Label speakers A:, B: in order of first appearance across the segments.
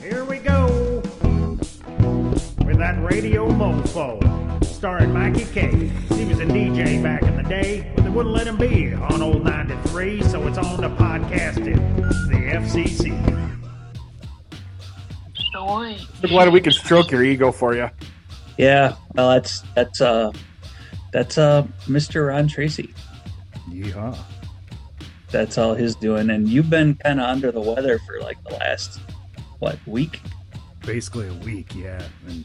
A: Here we go with that radio mofo. Starring Mikey K. He was a DJ back in the day, but they wouldn't let him be on old 93, so it's on the podcast at the FCC.
B: Story.
C: I'm glad we can stroke your ego for you.
D: Yeah, well, that's that's uh that's uh Mr. Ron Tracy.
E: Yeehaw.
D: That's all his doing, and you've been kind of under the weather for like the last what week?
E: Basically a week, yeah. And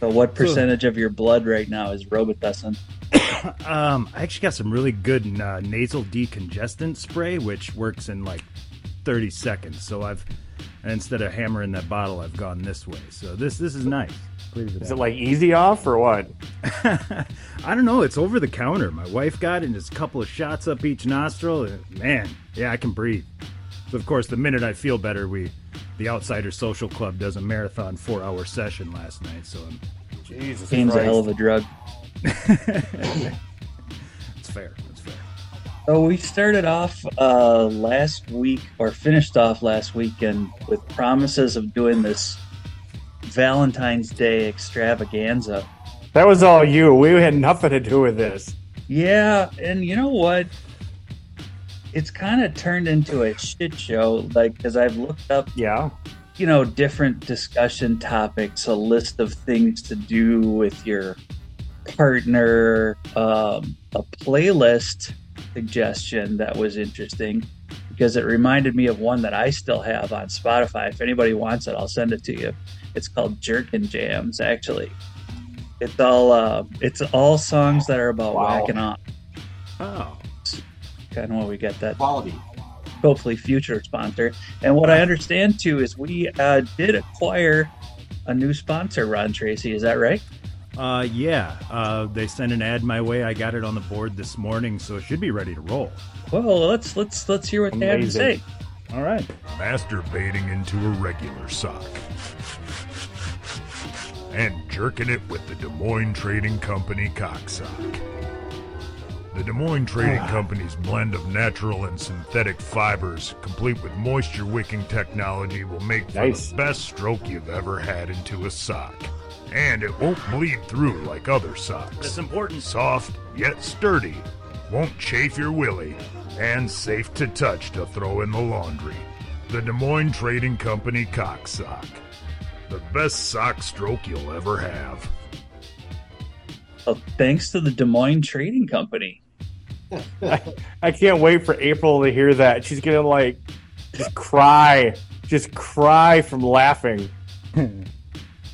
D: So, what percentage of your blood right now is Robitussin?
E: um, I actually got some really good uh, nasal decongestant spray, which works in like 30 seconds. So I've and instead of hammering that bottle, I've gone this way. So this this is nice. Believe
C: Is it like easy off or what?
E: I don't know. It's over the counter. My wife got it, and it's a couple of shots up each nostril. And man, yeah, I can breathe. So of course, the minute I feel better, we, the Outsider Social Club, does a marathon four-hour session last night. So um, I'm,
C: Jesus
D: Pain's a hell of
C: Christ.
D: a drug.
E: it's fair. It's fair.
D: So we started off uh, last week, or finished off last weekend, with promises of doing this Valentine's Day extravaganza.
C: That was all you. We had nothing to do with this.
D: Yeah, and you know what? It's kind of turned into a shit show. Like, because I've looked up,
C: Yeah.
D: you know, different discussion topics, a list of things to do with your partner, um, a playlist suggestion that was interesting because it reminded me of one that I still have on Spotify. If anybody wants it, I'll send it to you. It's called Jerkin Jams, actually. It's all uh, it's all songs that are about
C: Wow.
D: whacking off.
E: Oh,
D: kind of where we get that
F: Quality.
D: hopefully future sponsor. And what I understand too is we uh, did acquire a new sponsor, Ron Tracy. Is that right?
E: uh, yeah. Uh, they sent an ad my way. I got it on the board this morning, so it should be ready to roll.
D: Well, let's let's let's hear what they have to
C: Amazing.
D: say.
E: All right.
G: masturbating into a regular sock, and jerking it with the Des Moines Trading Company cocksock. The Des Moines Trading Company's blend of natural and synthetic fibers, complete with moisture wicking technology, will make for
C: Nice.
G: the best stroke you've ever had into a sock. And it won't bleed through like other socks
E: That's important.
G: soft yet sturdy, won't chafe your willy, and safe to touch to throw in the laundry. The Des Moines Trading Company Cock Sock. The best sock stroke you'll ever have.
D: Well, thanks to the Des Moines Trading Company.
C: I can't wait for April to hear that. She's gonna like just cry, just cry from laughing.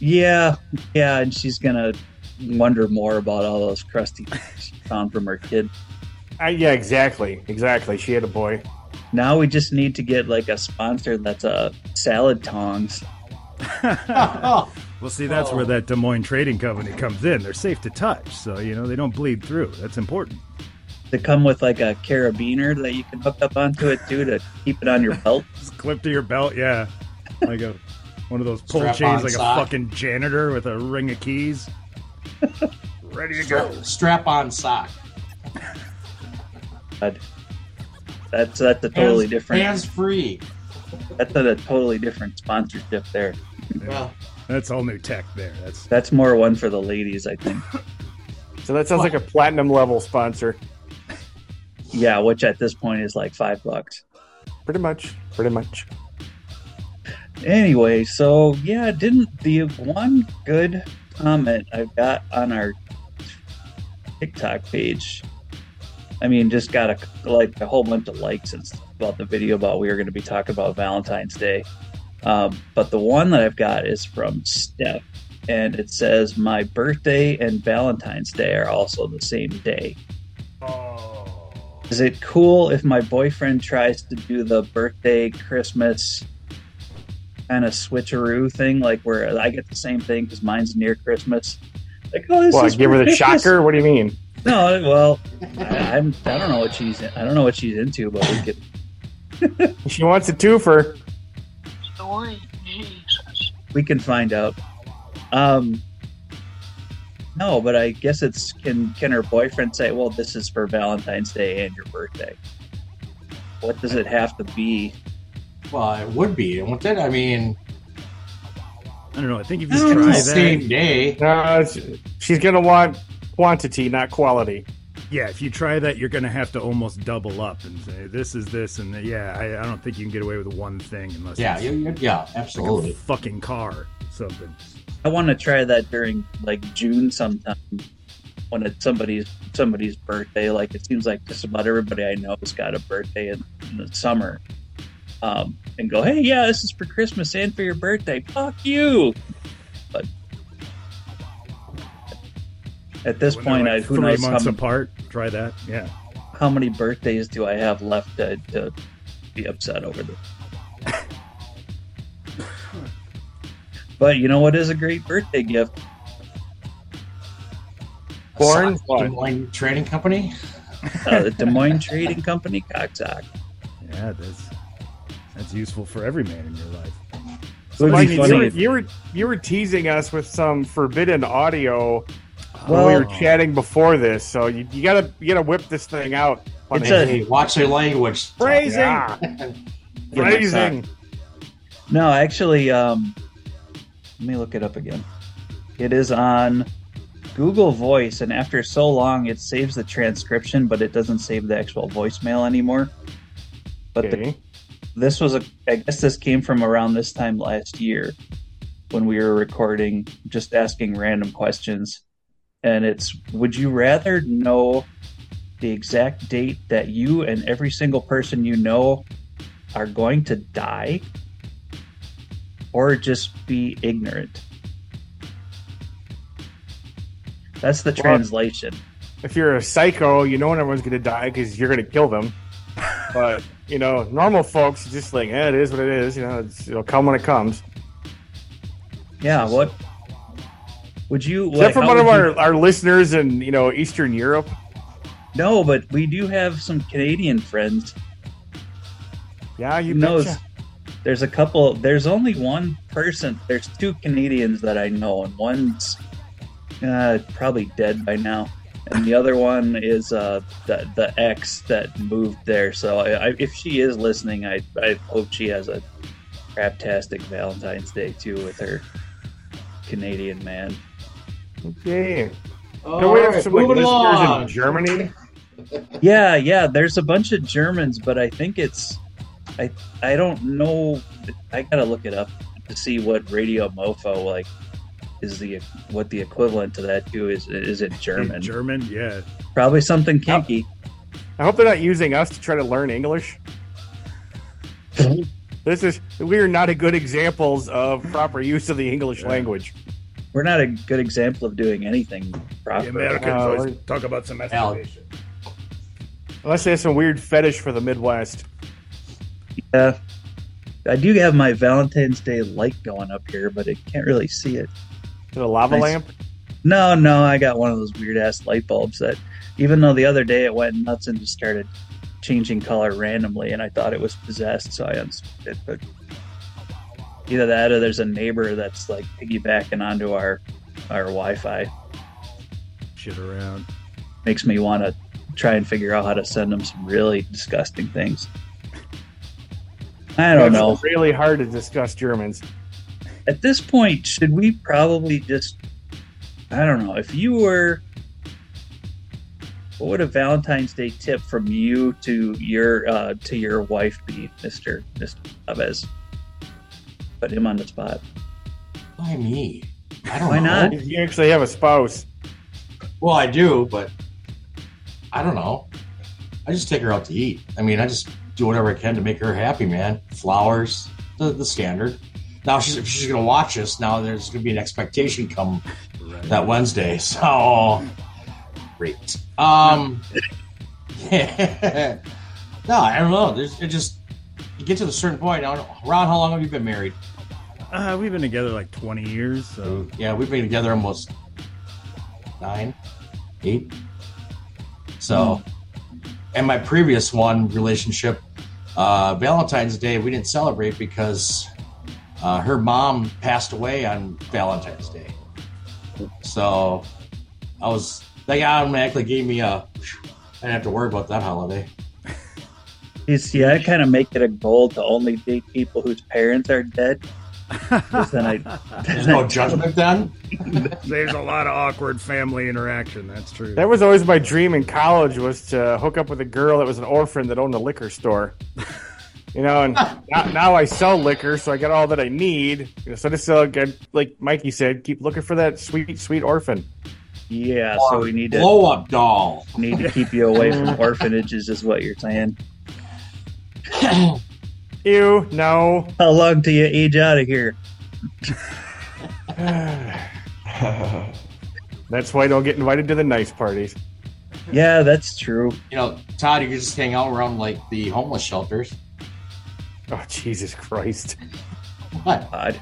D: Yeah, yeah, and she's gonna wonder more about all those crusty things she found from her kid.
C: I, Uh, yeah, exactly, exactly. She had a boy.
D: Now we just need to get like a sponsor that's a salad tongs.
F: Oh,
E: Well, see, that's where that Des Moines Trading Company comes in. They're safe to touch, so you know they don't bleed through. That's important.
D: They come with like a carabiner that you can hook up onto it too to keep it on your belt.
E: Just clip to your belt, yeah. Like a one of those pull
F: Strap
E: chains,
F: on
E: like
F: sock.
E: a fucking janitor with a ring of keys.
G: Ready to go.
F: strap on sock.
D: God. That's that's a totally
F: Hands-
D: different
F: Hands free.
D: that's a, totally different sponsorship there.
F: Well,
E: That's all new tech there. That's
D: That's more one for the ladies, I think.
C: So that sounds like a platinum level sponsor,
D: Yeah, which at this point is like five bucks.
C: pretty much, pretty much.
D: Anyway, so yeah, didn't the one good comment I've got on our TikTok page? I mean, just got a like a whole bunch of likes and stuff about the video about we were going to be talking about Valentine's Day. Um, but the one that I've got is from Steph, and it says, "My birthday and Valentine's Day are also the same day." Is it cool if my boyfriend tries to do the birthday, Christmas, kind of switcheroo thing, like where I get the same thing because mine's near Christmas. Like, oh, this is
C: What? Give her the
D: ridiculous.
C: shocker. What do you mean?
D: No, well, I, I'm, I don't know what she's I don't know what she's into, but we could.
C: She wants a twofer.
B: Story. Jesus.
D: we can find out. Um, no, but I guess it's can can her boyfriend say, "Well, this is for Valentine's Day and your birthday." What does it have to be?
F: well, it would be, wouldn't it? I mean,
E: I don't know. I think if
F: This
E: you
F: is
E: try
F: the
E: that,
F: same day.
C: No, it's, she's gonna want quantity, not quality.
E: yeah, if you try that, you're gonna have to almost double up and say this is this and that. yeah. I, I don't think you can get away with one thing unless
F: Yeah,
E: it's
F: you- you- yeah,
E: like a
F: absolutely.
E: fucking car, or something.
D: I want to try that during like June sometime when it's somebody's somebody's birthday. Like it seems like just about everybody I know has got a birthday in, in the summer. Um, and go, hey, yeah, this is for Christmas and for your birthday. Fuck you. But at this
E: When they're,
D: point,
E: like,
D: I, who
E: three
D: knows how,
E: months apart. Try that. Yeah.
D: how many birthdays do I have left to, to be upset over this? but you know what is a great birthday gift?
C: Born
F: Sock, Des Moines Trading Company.
D: uh, the Des Moines Trading Company, Coxack.
E: Yeah, that's that's useful for every man in your life.
C: So
D: It'd be
C: Mike, you,
D: funny
C: were,
D: if-
C: you were you were teasing us with some forbidden audio when
D: Well-
C: we were chatting before this, so you, you gotta you gotta whip this thing out.
D: It's
C: Funny.
D: a-
F: Hey, watch their language.
C: phrasing,
D: Give me
C: phrasing.
D: No, actually, um, let me look it up again. It is on Google Voice, and after so long, it saves the transcription, but it doesn't save the actual voicemail anymore. But the
C: Okay.
D: this was a i guess this came from around this time last year when we were recording just asking random questions and it's would you rather know the exact date that you and every single person you know are going to die or just be ignorant that's the translation
C: If you're a psycho, you know when everyone's gonna die because you're gonna kill them. But you know, normal folks are just like, eh, it is what it is. You know, it's, it'll come when it comes.
D: yeah what would you
C: Except for
D: how
C: one of
D: would you-
C: our, our listeners in you know Eastern Europe.
D: no but we do have some canadian friends
C: Yeah, you
D: Who knows?
C: betcha.
D: There's a couple. There's only one person. There's two Canadians that I know, and one's uh, probably dead by now, and the other one is uh, the the ex that moved there. So I, I, if she is listening, I I hope she has a craptastic Valentine's Day too with her Canadian man.
C: Okay.
F: All
C: Don't we have
F: right,
C: some like,
F: moving
C: listeners
F: along.
C: in Germany?
D: Yeah, yeah. There's a bunch of Germans, but I think it's I I don't know. I gotta look it up to see what Radio Mofo like is the what the equivalent to that too is. Is it German?
E: In German, yeah.
D: Probably something kinky.
C: I hope they're not using us to try to learn English. This is we are not a good examples of proper use of the English language.
D: We're not a good example of doing anything
E: The
D: proper.
E: Americans
C: Uh,
E: always
C: we're-
E: talk about some
F: Al.
E: masturbation.
C: Unless they have some weird fetish for the Midwest.
D: Yeah. I do have my Valentine's Day light going up here, but I can't really see it.
C: Is it a lava
D: Nice.
C: lamp?
D: No, no, I got one of those weird ass light bulbs that, even though the other day it went nuts and just started changing color randomly, and I thought it was possessed, so I unscrewed it. But either that, or there's a neighbor that's like piggybacking onto our our Wi-Fi.
E: Shit around.
D: Makes me want to try and figure out how to send them some really disgusting things. I don't
C: It's
D: know.
C: Really hard to discuss Germans.
D: at this point, should we probably just I don't know, if you were what would a Valentine's Day tip from you to your uh, to your wife be, Mr. Mr. Chavez? Put him on the spot.
F: Why me? I don't
D: Why
F: know.
D: not?
C: You actually have a spouse.
F: Well, I do, but I don't know. I just take her out to eat. I mean, I just do whatever I can to make her happy, man. Flowers, the, the standard. Now she's if she's gonna watch us. Now there's gonna be an expectation come that Wednesday. So great. Um, no, I don't know. There's it just you get to the certain point. Now, Ron, how long have you been married?
E: Uh, we've been together like 20 years, so
F: Yeah, we've been together almost nine, eight. So, and my previous one relationship, uh, Valentine's Day, we didn't celebrate because uh, her mom passed away on Valentine's Day. So, I was they automatically gave me a. I didn't have to worry about that holiday.
D: You see, I kind of make it a goal to only date people whose parents are dead 'Cause then I
F: There's no judgment then.
E: There's a lot of awkward family interaction. That's true.
C: That was always my dream in college was to hook up with a girl that was an orphan that owned a liquor store. You know, and now, now I sell liquor, so I got all that I need. You know, so just uh, get- like Mikey said, keep looking for that sweet, sweet orphan.
D: yeah, so we need to
F: Blow up doll.
D: need to keep you away from orphanages is what you're saying.
C: Ew, no.
D: How long do you age out of here?
C: That's why I don't get invited to the nice parties.
D: Yeah, that's true.
F: You know, Todd, you could just hang out around like the homeless shelters.
C: Oh, Jesus Christ.
F: What?
D: God.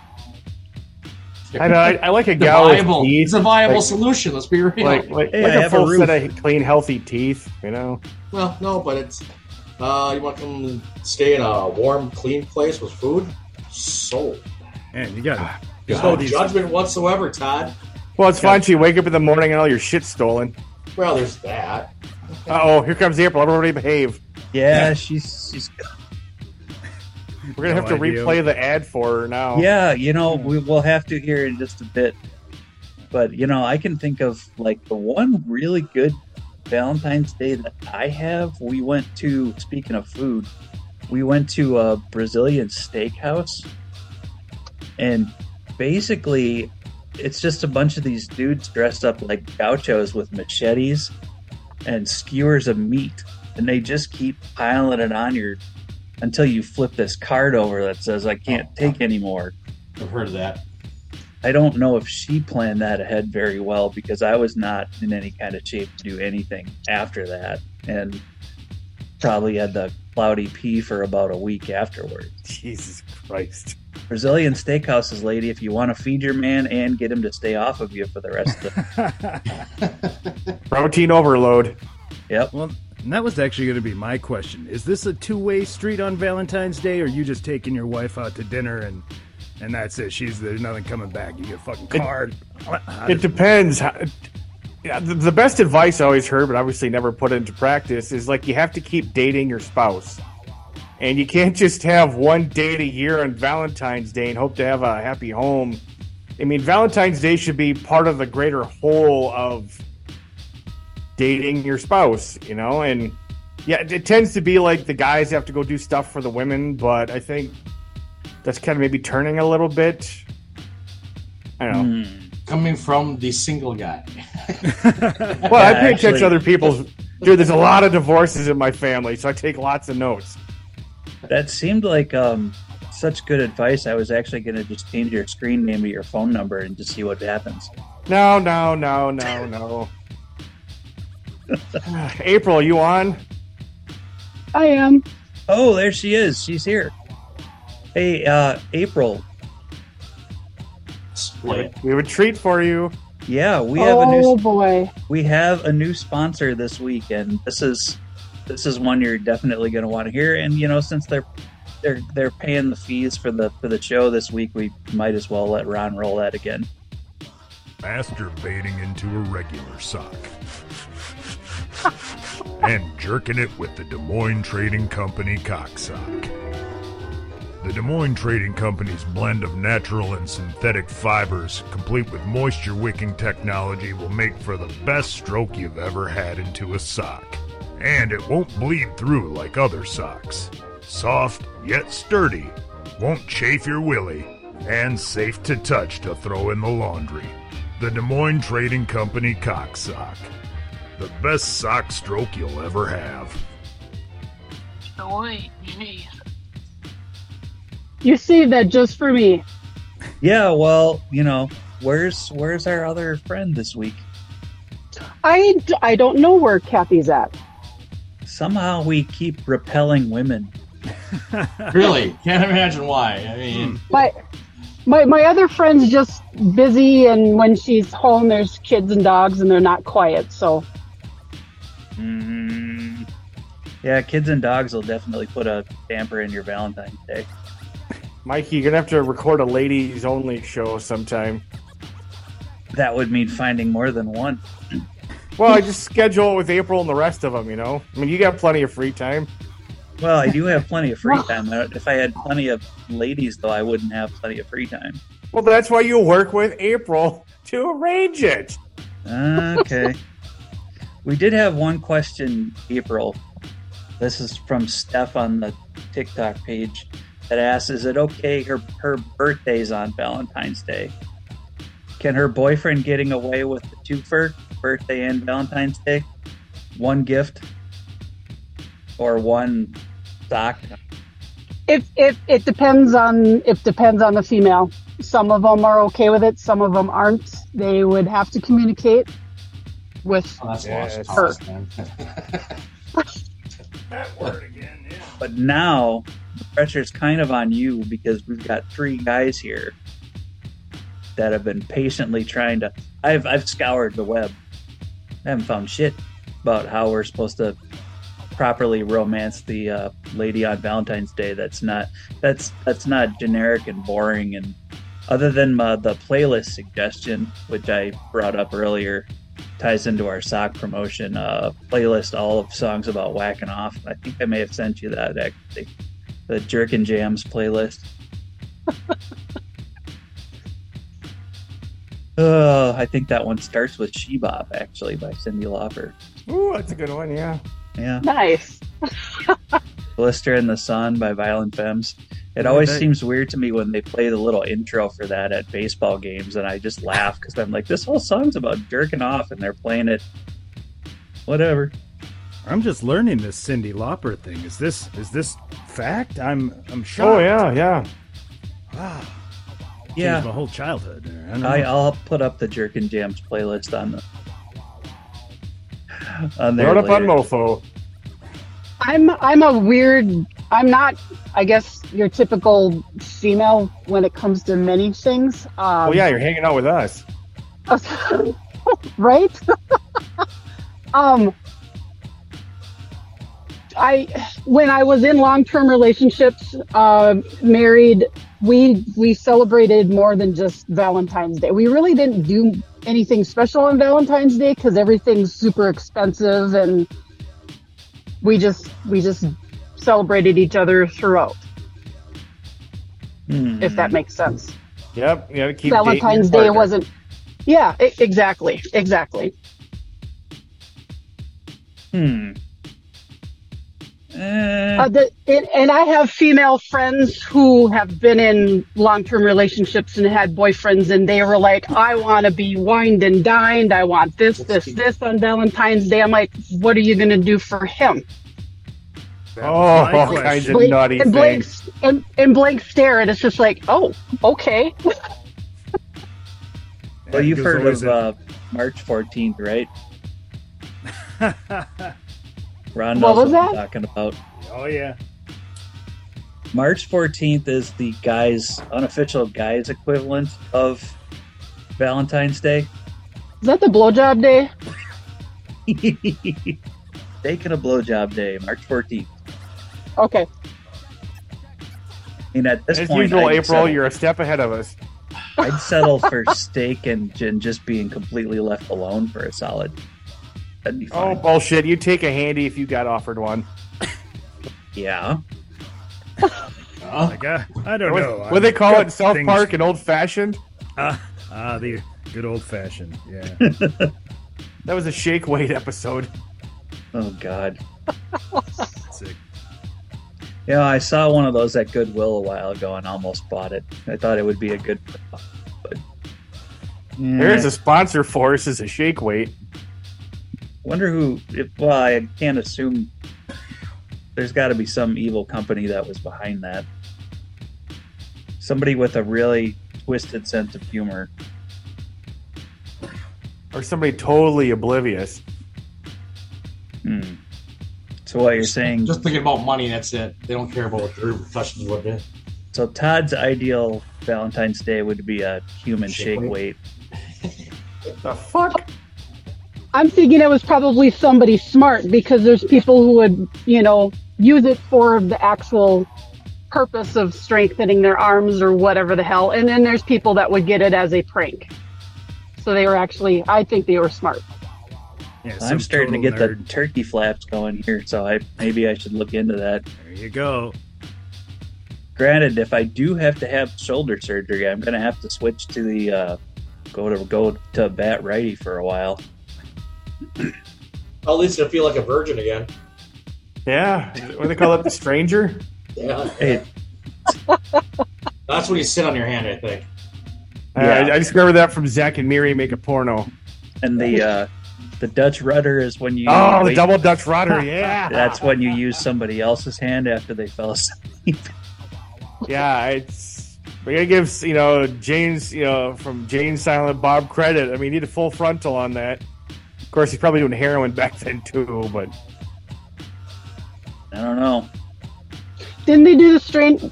C: I know. I, I like a
F: It's a
C: gal
F: viable,
C: with teeth.
F: it's a viable
C: like-
F: solution. Let's be real.
C: Like, like,
D: Hey,
C: like
D: I
C: a
D: have a
C: full
D: roof.
C: set of clean, healthy teeth, you know?
F: well, no, but it's uh, you want to come stay in a warm, clean place with food. Sold.
E: Man, you got
F: There's
E: God.
F: no judgment whatsoever, Todd.
C: Well, it's fine. So you wake up in the morning and all your shit's stolen.
F: Well, there's that.
C: Uh oh, here comes April. Everybody behave.
D: Yeah, she's she's
C: We're gonna
E: No
C: have to
E: idea.
C: replay the ad for her now.
D: Yeah, you know, we will have to here in just a bit. But you know, I can think of like the one really good Valentine's Day that I have. We went to speaking of food, we went to a Brazilian steakhouse, and basically, it's just a bunch of these dudes dressed up like gauchos with machetes and skewers of meat, and they just keep piling it on your until you flip this card over that says I can't take anymore.
F: I've heard of that.
D: I don't know if she planned that ahead very well because I was not in any kind of shape to do anything after that and probably had the cloudy pee for about a week afterwards.
C: Jesus Christ.
D: Brazilian steakhouses, lady, if you want to feed your man and get him to stay off of you for the rest of the
C: Protein overload.
D: Yep.
E: well. And that was actually going to be my question: Is this a two-way street on Valentine's Day, or you just taking your wife out to dinner and and that's it? She's there's nothing coming back. You get a fucking card. How
C: It
E: does-
C: depends. How, yeah, the, the best advice I always heard, but obviously never put into practice, is like you have to keep dating your spouse, and you can't just have one date a year on Valentine's Day and hope to have a happy home. I mean, Valentine's Day should be part of the greater whole of dating your spouse, you know, and yeah, it, it tends to be like the guys have to go do stuff for the women, but I think that's kind of maybe turning a little bit. I
D: Hmm.
C: don't know.
F: Coming from the single guy.
C: Well, I
D: Yeah,
C: pay attention
D: actually-
C: to other people's. Dude, there's a lot of divorces in my family, so I take lots of notes.
D: That seemed like um, such good advice. I was actually going to just change your screen name to your phone number and just see what happens.
C: No, no, no, no, no. April, you on?
H: I am.
D: Oh, there she is. She's here. Hey, uh, April.
F: Split.
C: We have a treat for you.
D: Yeah, we have a
H: oh
D: new
H: boy.
D: we have a new sponsor this week, and this is this is one you're definitely going to want to hear. And you know, since they're they're they're paying the fees for the for the show this week, we might as well let Ron roll that again.
G: masturbating into a regular sock, and jerking it with the Des Moines Trading Company cocksock. The Des Moines Trading Company's blend of natural and synthetic fibers, complete with moisture wicking technology, will make for the best stroke you've ever had into a sock. And it won't bleed through like other socks. Soft yet sturdy, won't chafe your willy, and safe to touch to throw in the laundry. The Des Moines Trading Company cocksock. The best sock stroke you'll ever have.
B: Sweet Jesus.
H: You saved that just for me.
D: Yeah, well, you know, where's where's our other friend this week?
H: I, d- I don't know where Kathy's at.
D: Somehow we keep repelling women.
F: Really? Can't imagine why. I mean,
H: My, my, my other friend's just busy, and when she's home, there's kids and dogs, and they're not quiet. So
D: Mm. Yeah, kids and dogs will definitely put a damper in your Valentine's Day.
C: Mikey, you're going to have to record a ladies only show sometime.
D: That would mean finding more than one.
C: Well, I just schedule it with April and the rest of them, you know? I mean, you got plenty of free time.
D: Well, I do have plenty of free time. I don't- If I had plenty of ladies, though, I wouldn't have plenty of free time.
C: Well, that's why you work with April to arrange it.
D: Okay. we did have one question, April. This is from Steph on the TikTok page that asks Is it okay her, her birthday's on Valentine's Day? Can her boyfriend getting away with the twofer, birthday and Valentine's Day, one gift or one sock?
H: If if it depends on it depends on the female. Some of them are okay with it. Some of them aren't. They would have to communicate with.
F: Oh, that's
C: Yes.
F: lost cause, man.
A: That word again, yeah.
D: But now the pressure's kind of on you because we've got three guys here that have been patiently trying to. I've I've scoured the web. I haven't found shit about how we're supposed to properly romance the uh, lady on Valentine's Day. That's not that's that's not generic and boring. And other than uh, the playlist suggestion, which I brought up earlier, ties into our sock promotion uh, playlist, all of songs about whacking off. I think I may have sent you that actually, the Jerk and Jams playlist. Uh, I think that one starts with She Bop actually by Cindy Lauper.
C: Ooh, that's a good one. Yeah.
D: Yeah,
H: Nice.
D: Blister in the Sun by Violent Femmes. It
C: Yeah,
D: always
C: that-
D: seems weird to me when they play the little intro for that at baseball games, and I just laugh because I'm like, this whole song's about jerking off, and they're playing it. Whatever.
E: I'm just learning this Cindy Lauper thing. Is this is this fact? I'm I'm shocked.
C: Oh yeah, yeah.
E: Wow. Changed
D: Yeah.
E: my whole childhood. there. I know.
D: I, uh, I'll put up the Jerk and Jams playlist on the on there.
C: Load up on
D: later.
C: Mofo.
H: I'm I'm a weird. I'm not. I guess your typical female when it comes to many things. Um,
C: Well, yeah, you're hanging out with us.
H: right? um, I when I was in long-term relationships, uh, married, we we celebrated more than just Valentine's Day. We really didn't do anything special on Valentine's Day because everything's super expensive, and we just we just celebrated each other throughout.
D: Hmm.
H: If that makes sense.
C: Yep. You gotta keep dating your
H: Valentine's Day
C: partner.
H: wasn't. Yeah, e- exactly, exactly.
D: Hmm. Eh,
H: Uh, the, and, and I have female friends who have been in long term relationships and had boyfriends, and they were like, I want to be wined and dined. I want this, this, this on Valentine's Day. I'm like, what are you going to do for him?
E: That was
C: Oh,
E: my
C: all
E: question.
C: kinds of
H: Blake-
C: naughty
H: and, blank,
C: things.
H: and, and blank stare. And it's just like, oh, okay.
D: well, you've
E: There's
D: heard
E: always
D: of
E: a-
D: uh, March 14th, right? Ron
H: What
D: knows
H: was
D: I'm
H: that?
D: talking about.
A: Oh, yeah.
D: March 14th is the guys unofficial guys equivalent of Valentine's Day.
H: Is that the blowjob day?
D: Taking a blowjob day, March 14th. I
H: Okay.
D: mean, at this
C: As
D: point,
C: usual,
D: I'd
C: April,
D: settle-
C: you're a step ahead of us.
D: I'd settle for steak and, and just being completely left alone for a solid. That'd be
C: Oh
D: fine.
C: bullshit! You take a handy if you got offered one. Oh.
D: Yeah.
F: Uh,
E: Like, uh, I don't
C: What,
E: know.
C: what do they call it? South
E: Things-
C: Park and old fashioned.
E: Ah, ah, the good old fashioned. Yeah.
C: That was a shake weight episode.
D: Oh God.
E: Sick.
D: Yeah, I saw one of those at Goodwill a while ago and almost bought it. I thought it would be a good. But, mm,
C: There's a sponsor for us is a shake weight.
D: Wonder who? If, well, I can't assume. There's got to be some evil company that was behind that. Somebody with a really twisted sense of humor.
C: or somebody totally oblivious.
D: Hmm. So what you're saying?
F: just thinking about money. That's it. They don't care about what the repercussions would be.
D: So Todd's ideal Valentine's Day would be a human shake,
F: Shake
D: weight.
C: The fuck?
H: I'm thinking it was probably somebody smart because there's people who would, you know, use it for the actual purpose of strengthening their arms or whatever the hell. And then there's people that would get it as a prank. So they were actually, I think they were smart.
E: Yeah, some
D: I'm starting to
E: total
D: get the
E: nerd.
D: turkey flaps going here, so I maybe I should look into that.
E: There you go.
D: Granted, if I do have to have shoulder surgery, I'm gonna have to switch to the uh, go to go to bat righty for a while.
I: Well, at least I feel like a virgin again.
C: Yeah, what do they call it? The stranger?
I: Yeah,
D: Hey,
F: That's when you sit on your hand, I think.
C: Uh,
D: Yeah.
C: I, I discovered that from Zach and Miri make a porno.
D: and the uh, the Dutch rudder is when you
C: Oh, the
D: wait-
C: double Dutch rudder. Yeah,
D: That's when you use somebody else's hand after they fell asleep.
C: yeah. It's we gotta give you know James you know from James Silent Bob credit. I mean, he did a full frontal on that. Of course, he's probably doing heroin back then too. But
D: I don't know.
H: Didn't they do the strange?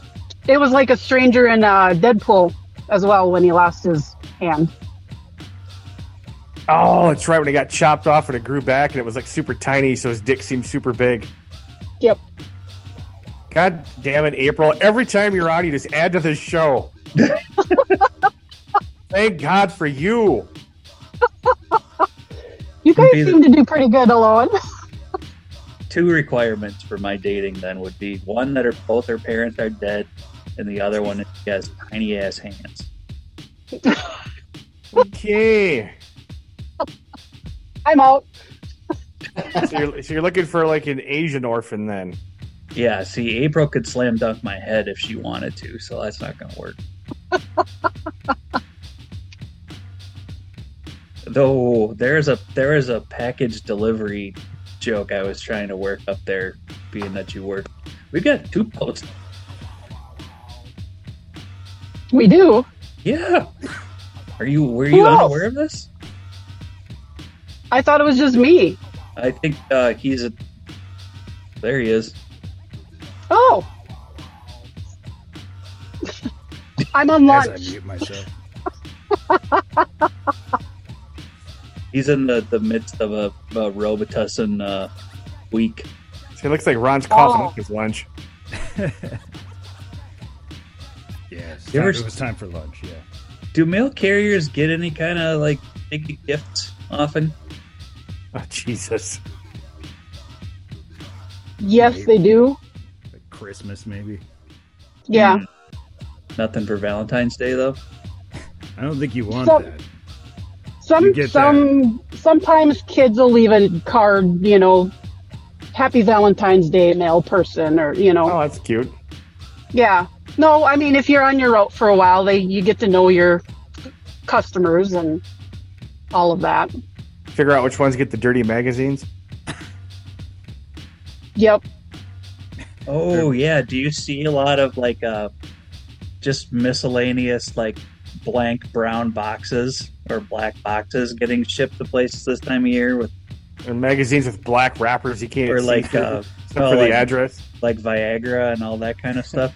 H: It was like a stranger in uh, Deadpool as well when he lost his hand.
C: oh, it's right when it got chopped off and it grew back and it was like super tiny, so his dick seemed super big.
H: Yep.
C: God damn it, April. Every time you're on, you just add to this show. Thank God for you.
H: You guys
D: Be the-
H: seem to do pretty good alone.
D: Two requirements for my dating then would be one that her both her parents are dead, and the other one is she has tiny ass hands.
C: Okay.
H: I'm out.
C: So you're, so you're looking for like an Asian orphan then.
D: Yeah, see, April could slam dunk my head if she wanted to, so that's not going to work. Though there's a there is a package delivery joke I was trying to work up there, being that you work. We've got two posts.
H: We do.
D: Yeah. Are you were you
H: Who else?
D: unaware of this?
H: I thought it was just me.
D: I think uh, he's a. There he is.
H: Oh. I'm on
E: As I
H: launch.
E: mute myself.
D: He's in the, the midst of a, a Robitussin uh, week.
C: So it looks like Ron's coughing
H: Oh.
C: up his lunch.
E: Yeah, it's
D: You
E: time-
D: ever-
E: it was time for lunch. Yeah.
D: Do mail carriers get any kind of like big gifts often?
C: Oh, Jesus.
H: Yes, they do.
E: Like Christmas, maybe.
H: Yeah.
D: Nothing for Valentine's Day though.
E: I don't think you want
H: So-
E: that. You
H: Some
E: get
H: some sometimes kids will leave a card, you know, Happy Valentine's Day mail person or you know.
C: Oh, that's cute.
H: Yeah. No, I mean if you're on your route for a while, they you get to know your customers and all of that.
C: Figure out which ones get the dirty magazines.
H: Yep.
D: Oh yeah. Do you see a lot of like uh, just miscellaneous like blank brown boxes or black boxes getting shipped to places this time of year with
C: And magazines with black wrappers you can't
D: or
C: see
D: like
C: through,
D: uh,
C: except
D: oh,
C: for
D: like-
C: the address.
D: like Viagra and all that kind of stuff?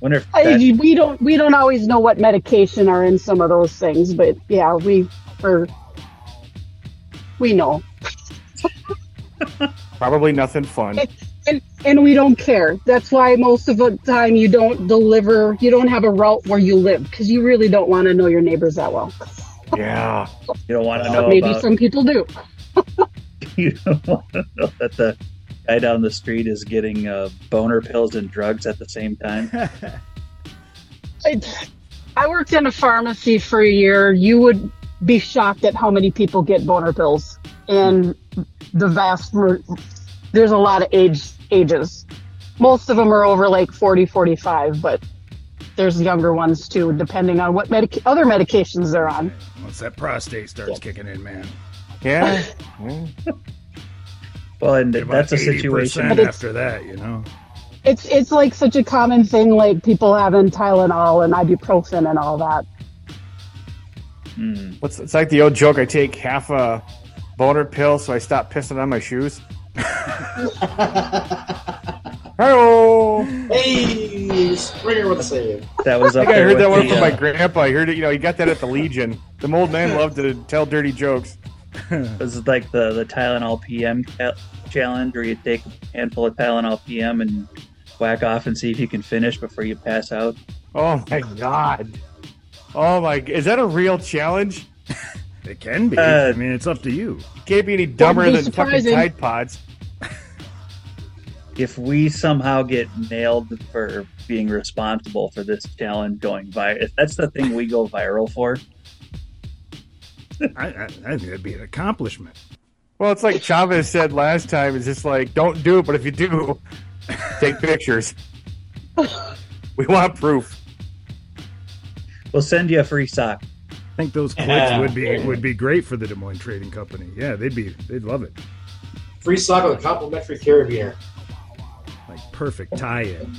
D: Wonder if
H: I,
D: that,
H: we don't we don't always know what medication are in some of those things, but yeah, we are we know.
C: Probably nothing fun.
H: And and we don't care. That's why most of the time you don't deliver, you don't have a route where you live because you really don't want to know your neighbors that well.
C: Yeah.
D: you don't want to
H: But
D: know
H: uh, maybe
D: about.
H: some people do.
D: you don't want to know that the guy down the street is getting uh, boner pills and drugs at the same time.
H: I, I worked in a pharmacy for a year. You would be shocked at how many people get boner pills, and the vast mer- there's a lot of age ages. Most of them are over like 40, 45, but there's younger ones too, depending on what medic- other medications they're on.
E: Once that prostate starts kicking in, man.
C: Yeah. yeah.
D: Well, and
E: Get about
D: that's a
E: 80%
D: situation.
E: After that, you know.
H: It's it's like such a common thing, like people having Tylenol and ibuprofen and all that.
D: Hmm.
C: What's it's like the old joke? I take half a boner pill, so I stop pissing on my shoes. Hello. I
I: hey, Springer with a save.
D: That was up
C: think I
D: there
C: heard that
D: with
C: one
D: the,
C: from
D: uh,
C: my grandpa. I heard it. You know, he got that at the Legion. The old man loved to tell dirty jokes.
D: This is like the the Tylenol PM ca- challenge, where you take a handful of Tylenol PM and whack off and see if you can finish before you pass out.
C: Oh my god. Oh my. Is that a real challenge?
E: It can be.
D: Uh,
E: I mean, it's up to you.
C: Can't be any dumber
H: be
C: than fucking
H: surprising.
C: Tide Pods.
D: if we somehow get nailed for being responsible for this challenge going viral, if that's the thing we go viral for,
E: I, I, I think that'd be an accomplishment.
C: Well, it's like Chavez said last time. It's just like, don't do it, but if you do, take pictures. we want proof.
D: we'll send you a free sock.
E: I think those clicks
F: Yeah.
E: would be would be great for the Des Moines Trading Company. Yeah, they'd be they'd love it.
I: Free sock with a complimentary carabiner.
E: Like perfect tie-in.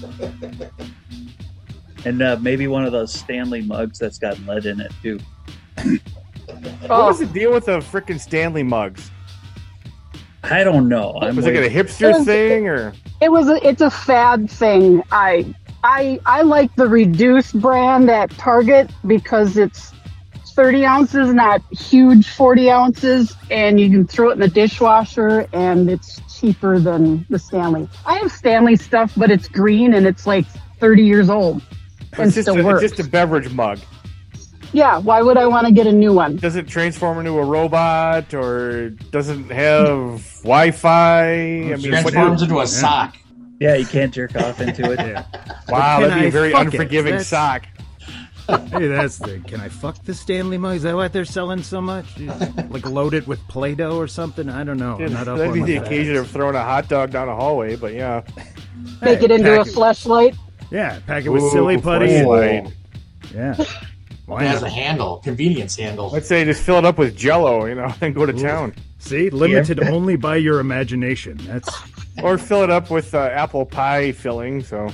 D: And uh, maybe one of those Stanley mugs that's got lead in it too.
C: What was
H: Oh,
C: the deal with the frickin' Stanley mugs?
D: I don't know. I'm
C: was it like
D: like-
C: a hipster
H: Um,
C: thing or?
H: it was a, it's a fad thing. I I I like the reduced brand at Target because it's 30 ounces, not huge 40 ounces, and you can throw it in the dishwasher and it's cheaper than the Stanley. I have Stanley stuff, but it's green and it's like 30 years old. And
C: It's just,
H: still
C: a, it's
H: works.
C: just a beverage mug.
H: Yeah, why would I want to get a new one?
C: Doesn't transform into a robot or doesn't have Wi-Fi. I mean, what do you-
F: Transforms into a sock.
D: yeah, you can't jerk off into it.
E: Yeah.
C: wow,
E: Can
C: that'd be
E: I
C: a very
E: fuck it?
C: unforgiving
E: That's-
C: sock.
E: Hey, that's the. Can I fuck the Stanley mug? Is that why they're selling so much? You Like load it with Play-Doh or something? I don't know. I'm
C: That'd
E: not up on
C: be the
E: that.
C: occasion of throwing a hot dog down a hallway, but yeah.
H: Make it into a
E: pack it.
H: fleshlight?
E: Yeah, pack it with
C: Ooh,
E: silly putty. and-
C: fleshlight.
E: yeah.
F: It
E: Why
F: has
E: not?
F: a handle, convenience handle.
C: Let's say just fill it up with Jello, you know, and go to town,
E: See, limited only by your imagination. That's
C: or fill it up with uh, apple pie filling. So,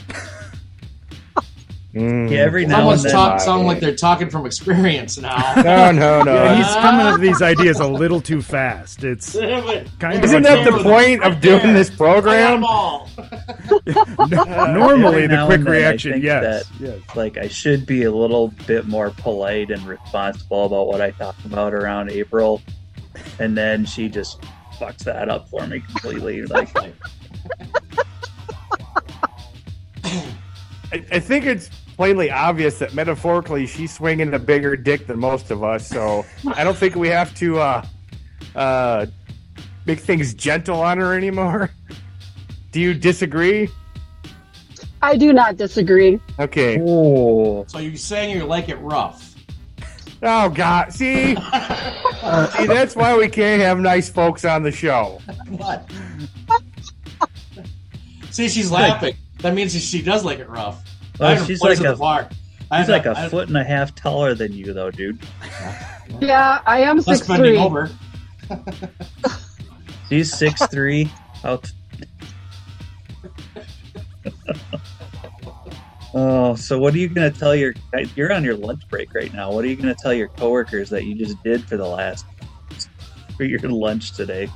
C: Mm.
D: Yeah, every now and
F: Someone's
D: then.
F: talk sound like they're talking from experience now.
C: no, no, no.
E: yeah, he's coming up with these ideas a little too fast. It's Kind of
C: Uh, Isn't that the point of doing this
F: program?
C: program?
E: normally
D: Every
E: the
D: now
E: quick
D: and then I
E: reaction.
D: think
E: Yes,
D: that-
E: yes.
D: like I should be a little bit more polite and responsible about what I talk about around April, and then she just fucks that up for me completely. Like,
C: I, I think it's plainly obvious that metaphorically she's swinging a bigger dick than most of us. So I don't think we have to uh, uh, make things gentle on her anymore. Do you disagree?
H: I do not disagree.
C: Okay.
D: oh,
F: So you're saying you like it rough?
C: Oh God! See, see, that's why we can't have nice folks on the show.
F: What? See, she's laughing. That means she- she does like it rough.
D: Oh,
F: I had
D: she's
F: place
D: like
F: at
D: a-
F: the bar. I
D: he's
F: had
D: like
F: I
D: a
F: had-
D: foot and a half taller than you, though, dude.
H: Yeah, I am
F: Plus
H: six
F: bending
H: three.
F: over.
D: She's six three. Out. Oh, so what are you gonna tell your? You're on your lunch break right now. What are you gonna tell your coworkers that you just did for the last for your lunch today?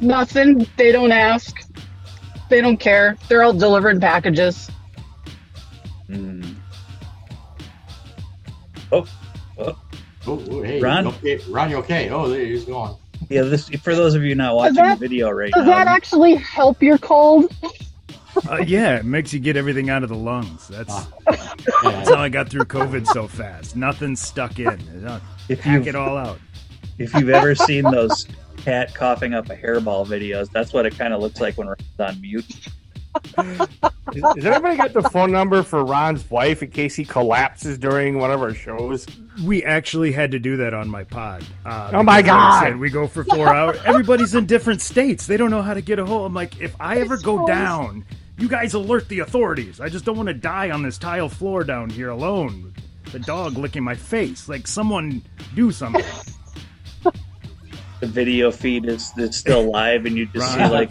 H: Nothing. They don't ask. They don't care. They're all delivering packages.
D: Hmm.
F: Oh, oh, hey,
D: Ron?
F: Ron? Okay. Ron, you okay? Oh, there he's going.
D: Yeah, this for those of you not watching
H: that-
D: the video right
H: Does
D: now.
F: Um,
H: that actually help your cold?
E: Uh, yeah, it makes you get everything out of the lungs. That's
F: Ah.
E: that's
F: Yeah.
E: how I got through COVID so fast. Nothing stuck in. Uh,
D: if
E: Pack
D: you
E: it all out.
D: if you've ever seen those cat coughing up a hairball videos, that's what it kind of looks like when it's on mute.
C: Is, has anybody got the phone number for Ron's wife in case he collapses during one of our shows?
E: We actually had to do that on my pod. Uh,
C: Oh, my
E: because like I
C: God.
E: said, we go for four hours. Everybody's in different states. They don't know how to get a hold. I'm like, if I ever go down, you guys alert the authorities. I just don't want to die on this tile floor down here alone. The dog licking my face. Like someone do something.
D: The video feed is it's still live, and you just see
E: Right.
D: like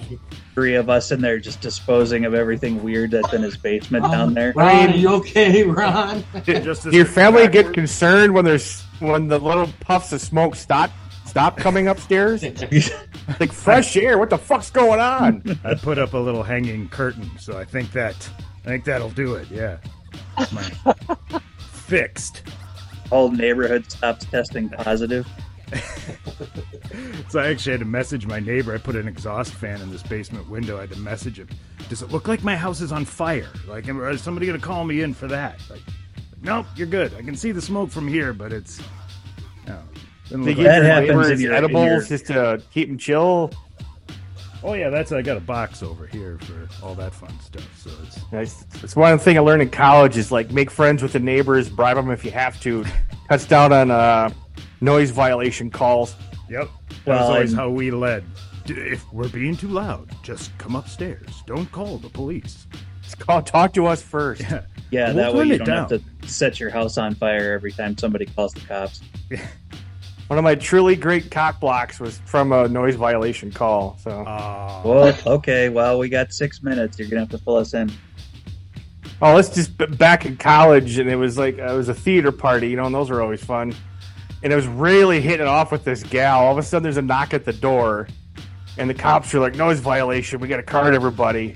D: three of us in there just disposing of everything weird that's in his basement
E: Oh,
D: down there.
F: Ron, are you okay, Ron?
E: Just this
C: Your family get concerned when there's when the little puffs of smoke stop stop coming upstairs. like fresh air. What the fuck's going on?
E: I put up a little hanging curtain, so I think that I think that'll do it. Yeah, My- fixed.
D: Whole neighborhood stops testing positive.
E: So I actually had to message my neighbor. I put an exhaust fan in this basement window. I had to message him. Does it look like my house is on fire? Like, am- is somebody gonna call me in for that? Like, nope, you're good. I can see the smoke from here, but it's Didn't
C: They
E: look
C: give
E: like-
D: That
C: you
D: happens in
C: flavors,
D: your- in
C: edibles
D: your-
C: just to keep them chill.
E: oh yeah, that's I got a box over here for all that fun stuff. So it's
C: That's, that's one thing I learned in college is like make friends with the neighbors, bribe them if you have to. Cuts down on uh, noise violation calls.
E: yep. That's
D: Well,
E: always
D: and-
E: how we led. D- If we're being too loud, just come upstairs. Don't call the police.
C: It's called talk to us first.
E: Yeah.
D: Yeah,
E: We'll
D: that way
E: turn
D: you
E: it
D: don't
E: down.
D: have to set your house on fire every time somebody calls the cops.
C: One of my truly great cock blocks was from a noise violation call. So,
E: Uh,
D: Well, okay, well, we got six minutes. You're gonna have to fill us in.
C: oh, let's just b- back in college, and it was like it was a theater party, you know, and those were always fun. And it was really hitting off with this gal. All of a sudden, there's a knock at the door, and the cops are like, "Noise violation! We got to card everybody."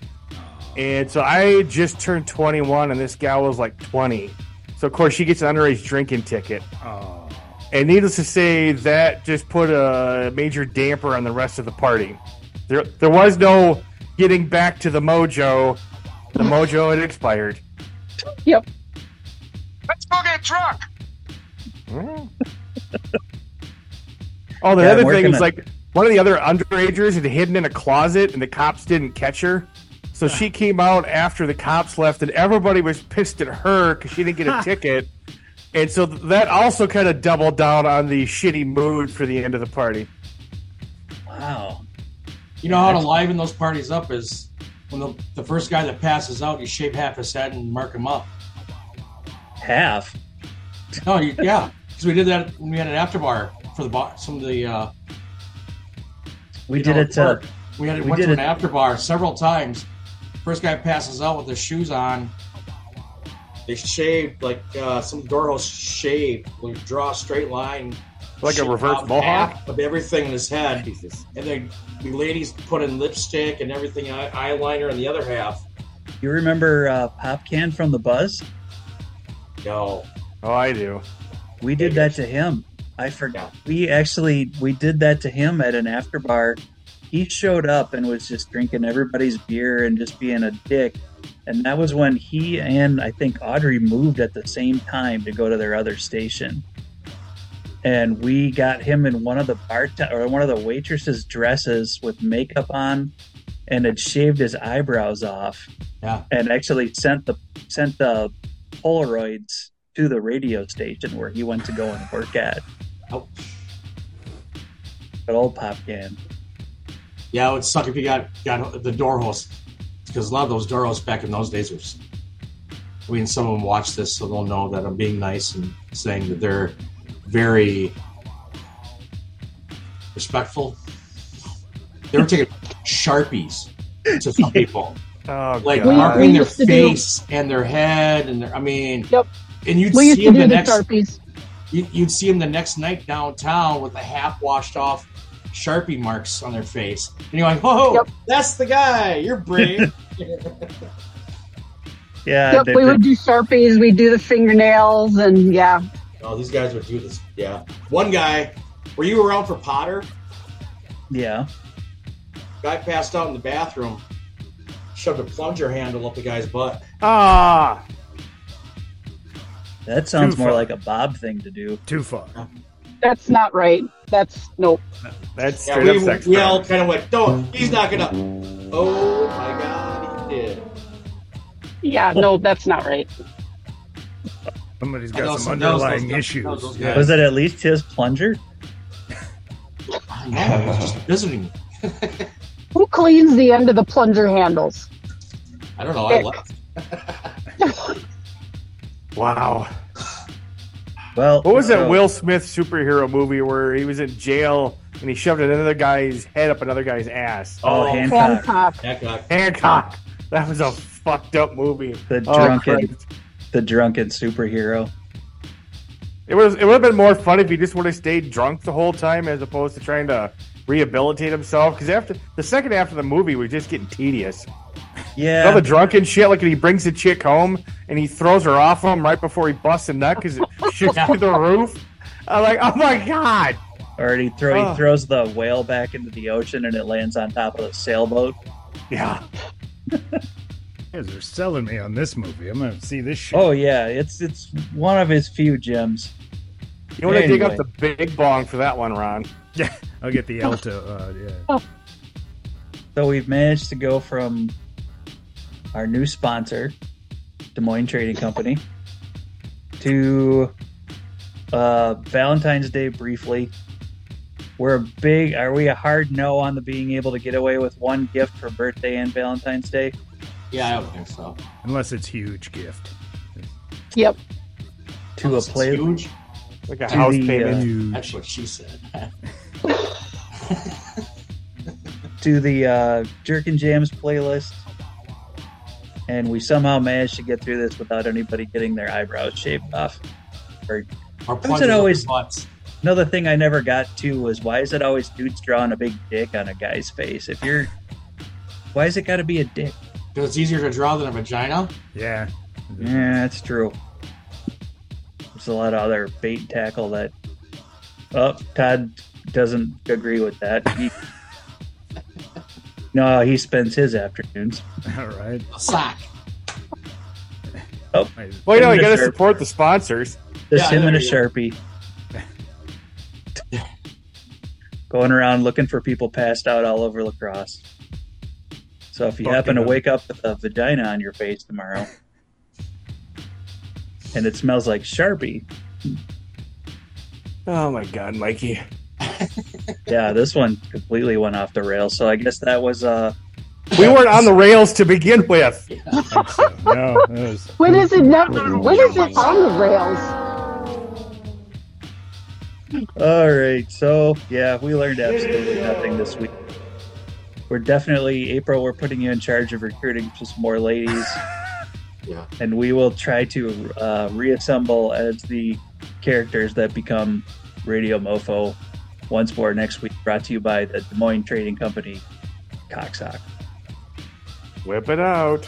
C: And so I just turned 21, and this gal was like 20. So of course, she gets an underage drinking ticket.
E: oh.
C: And needless to say, that just put a major damper on the rest of the party. There, there was no getting back to the mojo. The mojo had expired.
H: Yep.
B: Let's go get drunk.
C: Oh, the
D: Yeah,
C: other
D: we're
C: thing is
D: gonna-
C: like one of the other underagers had hidden in a closet, and the cops didn't catch her. So she came out after the cops left, and everybody was pissed at her because she didn't get a ticket. And so th- that also kind of doubled down on the shitty mood for the end of the party.
D: Wow.
F: You know how to liven those parties up is when the, the first guy that passes out, you shave half his head and mark him up.
D: Half.
F: No, you, yeah, because we did that when we had an after bar for the bar. Some of the uh,
D: We
F: you
D: did
F: know,
D: it to
F: work. we had it
D: we
F: went
D: did
F: to an
D: it-
F: after bar several times. First guy passes out with his shoes on. They shaved like uh, some door host shaved, like draw a straight line,
C: Like a
F: shaved
C: reverse
F: off
C: mohawk?
F: half of everything in his head. And then we ladies put in lipstick and everything, eye- eyeliner on the other half.
D: You remember uh, Pop Can from the Buzz?
F: No,
C: Oh, I do.
D: We did that to him. I forgot. We actually we did that to him at an after bar. He showed up and was just drinking everybody's beer and just being a dick. And that was when he and I think Audrey moved at the same time to go to their other station. And we got him in one of the bar or one of the waitresses' dresses with makeup on, and had shaved his eyebrows off.
F: Yeah.
D: And actually sent the sent the Polaroids to the radio station where he went to go and work at.
F: Ouch.
D: But old Pop Can.
F: yeah, it would suck if you got got the door host because a lot of those door hosts back in those days was. I mean, some of them watch this, so they'll know that I'm being nice and saying that they're very respectful. They were taking sharpies to some people,
C: Oh,
F: like
C: God.
H: Mark-
F: marking their
H: used to do-
F: face and their head, and their, I mean,
H: Yep.
F: and you'd
H: We used
F: see
H: to
F: them
H: do
F: the
H: the
F: next
H: sharpies.
F: you- you'd see them the next night downtown with the half washed off sharpie marks on their face and you're like whoa
H: Yep.
F: that's the guy you're brave
D: Yeah,
H: Yep,
D: they-
H: we would do sharpies. We do the fingernails, and yeah,
F: oh these guys would do this yeah one guy were you around for potter
D: yeah.
F: guy passed out in the bathroom shoved a plunger handle up the guy's butt
C: Ah,
D: That sounds
E: Too
D: more
E: far.
D: like a Bob thing to do.
E: Too far.
H: that's not right. That's nope.
C: that's
F: yeah
C: straight
F: we,
C: up sex.
F: we
C: crime.
F: all kind of went don't he's not gonna oh my god he did
H: Yeah, no, that's not right.
E: Somebody's
F: I know
E: got some
F: some- that was those
E: underlying
F: guys-
E: issues.
F: that was those guys.
D: Was it at least his plunger?
F: i know he was just visiting me.
H: Who cleans the end of the plunger handles?
F: i don't know i
H: Dick.
F: left
C: Wow.
D: Well,
C: What was that
D: so-
C: Will Smith superhero movie where he was in jail and he shoved another guy's head up another guy's ass?
D: Oh,
F: Oh,
D: Hancock,
H: Hancock.
F: That guy.
C: Hancock. That was a fucked up movie.
D: the
C: Oh,
D: drunken,
C: Christ.
D: the drunken superhero.
C: it was. It would have been more fun if he just would have stayed drunk the whole time, as opposed to trying to rehabilitate himself. Because after the second half of the movie was just getting tedious.
D: Yeah,
C: All the drunken shit, like he brings the chick home and he throws her off him right before he busts a nut because it shoots through the roof. I'm like, oh my god.
D: already throw.
C: Oh.
D: He throws the whale back into the ocean and it lands on top of the sailboat.
C: Yeah.
E: You guys are selling me on this movie. I'm gonna see this shit.
D: Oh yeah, it's it's one of his few gems.
C: You want to dig up
F: Anyway.
C: the big bong for that one, Ron?
E: Yeah, I'll get the Alta. Uh, yeah.
D: So we've managed to go from our new sponsor, Des Moines Trading Company, to uh, Valentine's Day briefly. We're a big, are we a hard no on the being able to get away with one gift for birthday and Valentine's Day?
F: Yeah, I don't think so.
E: Unless it's huge gift.
H: Yep.
D: To a
F: It's
D: play,
F: huge.
C: Like a
D: To
C: house
D: the, uh,
C: payment.
E: Huge.
F: That's what she said.
D: to the uh, Jerk and Jams playlist. And we somehow managed to get through this without anybody getting their eyebrows shaved off.
F: Or
D: Doesn't
F: plunging
D: always-
F: up your butts.
D: Another thing I never got to was why is it always dudes drawing a big dick on a guy's face? If you're, why is it got to be a dick?
F: 'Cause it's easier to draw than a vagina.
E: Yeah.
D: Yeah, that's true. There's a lot of other bait and tackle that. Oh, Todd doesn't agree with that. He, no, he spends his afternoons.
E: All right.
F: A sock.
E: I-
C: Well, you know,
D: Him
C: you
D: and
C: got
D: a
C: to
D: sharp-
C: support the sponsors.
D: Just
F: Yeah,
D: him and a
F: there
D: sharpie. Going around looking for people passed out all over lacrosse. So if you
E: Fucking
D: happen to
E: hell.
D: wake up with a vagina on your face tomorrow and it smells like Sharpie,
C: Oh my God, Mikey!
D: yeah, this one completely went off the rails. So I guess that was uh
C: We weren't on the rails to begin with.
E: think so. No, that was-
H: When is it never? When is it on the rails?
D: all right. So yeah, we learned absolutely nothing this week. We're definitely April. We're putting you in charge of recruiting just more ladies.
I: Yeah.
D: and we will try to uh, reassemble as the characters that become Radio Mofo once more next week. Brought to you by the Des Moines Trading Company, Cocksock.
C: Whip it out.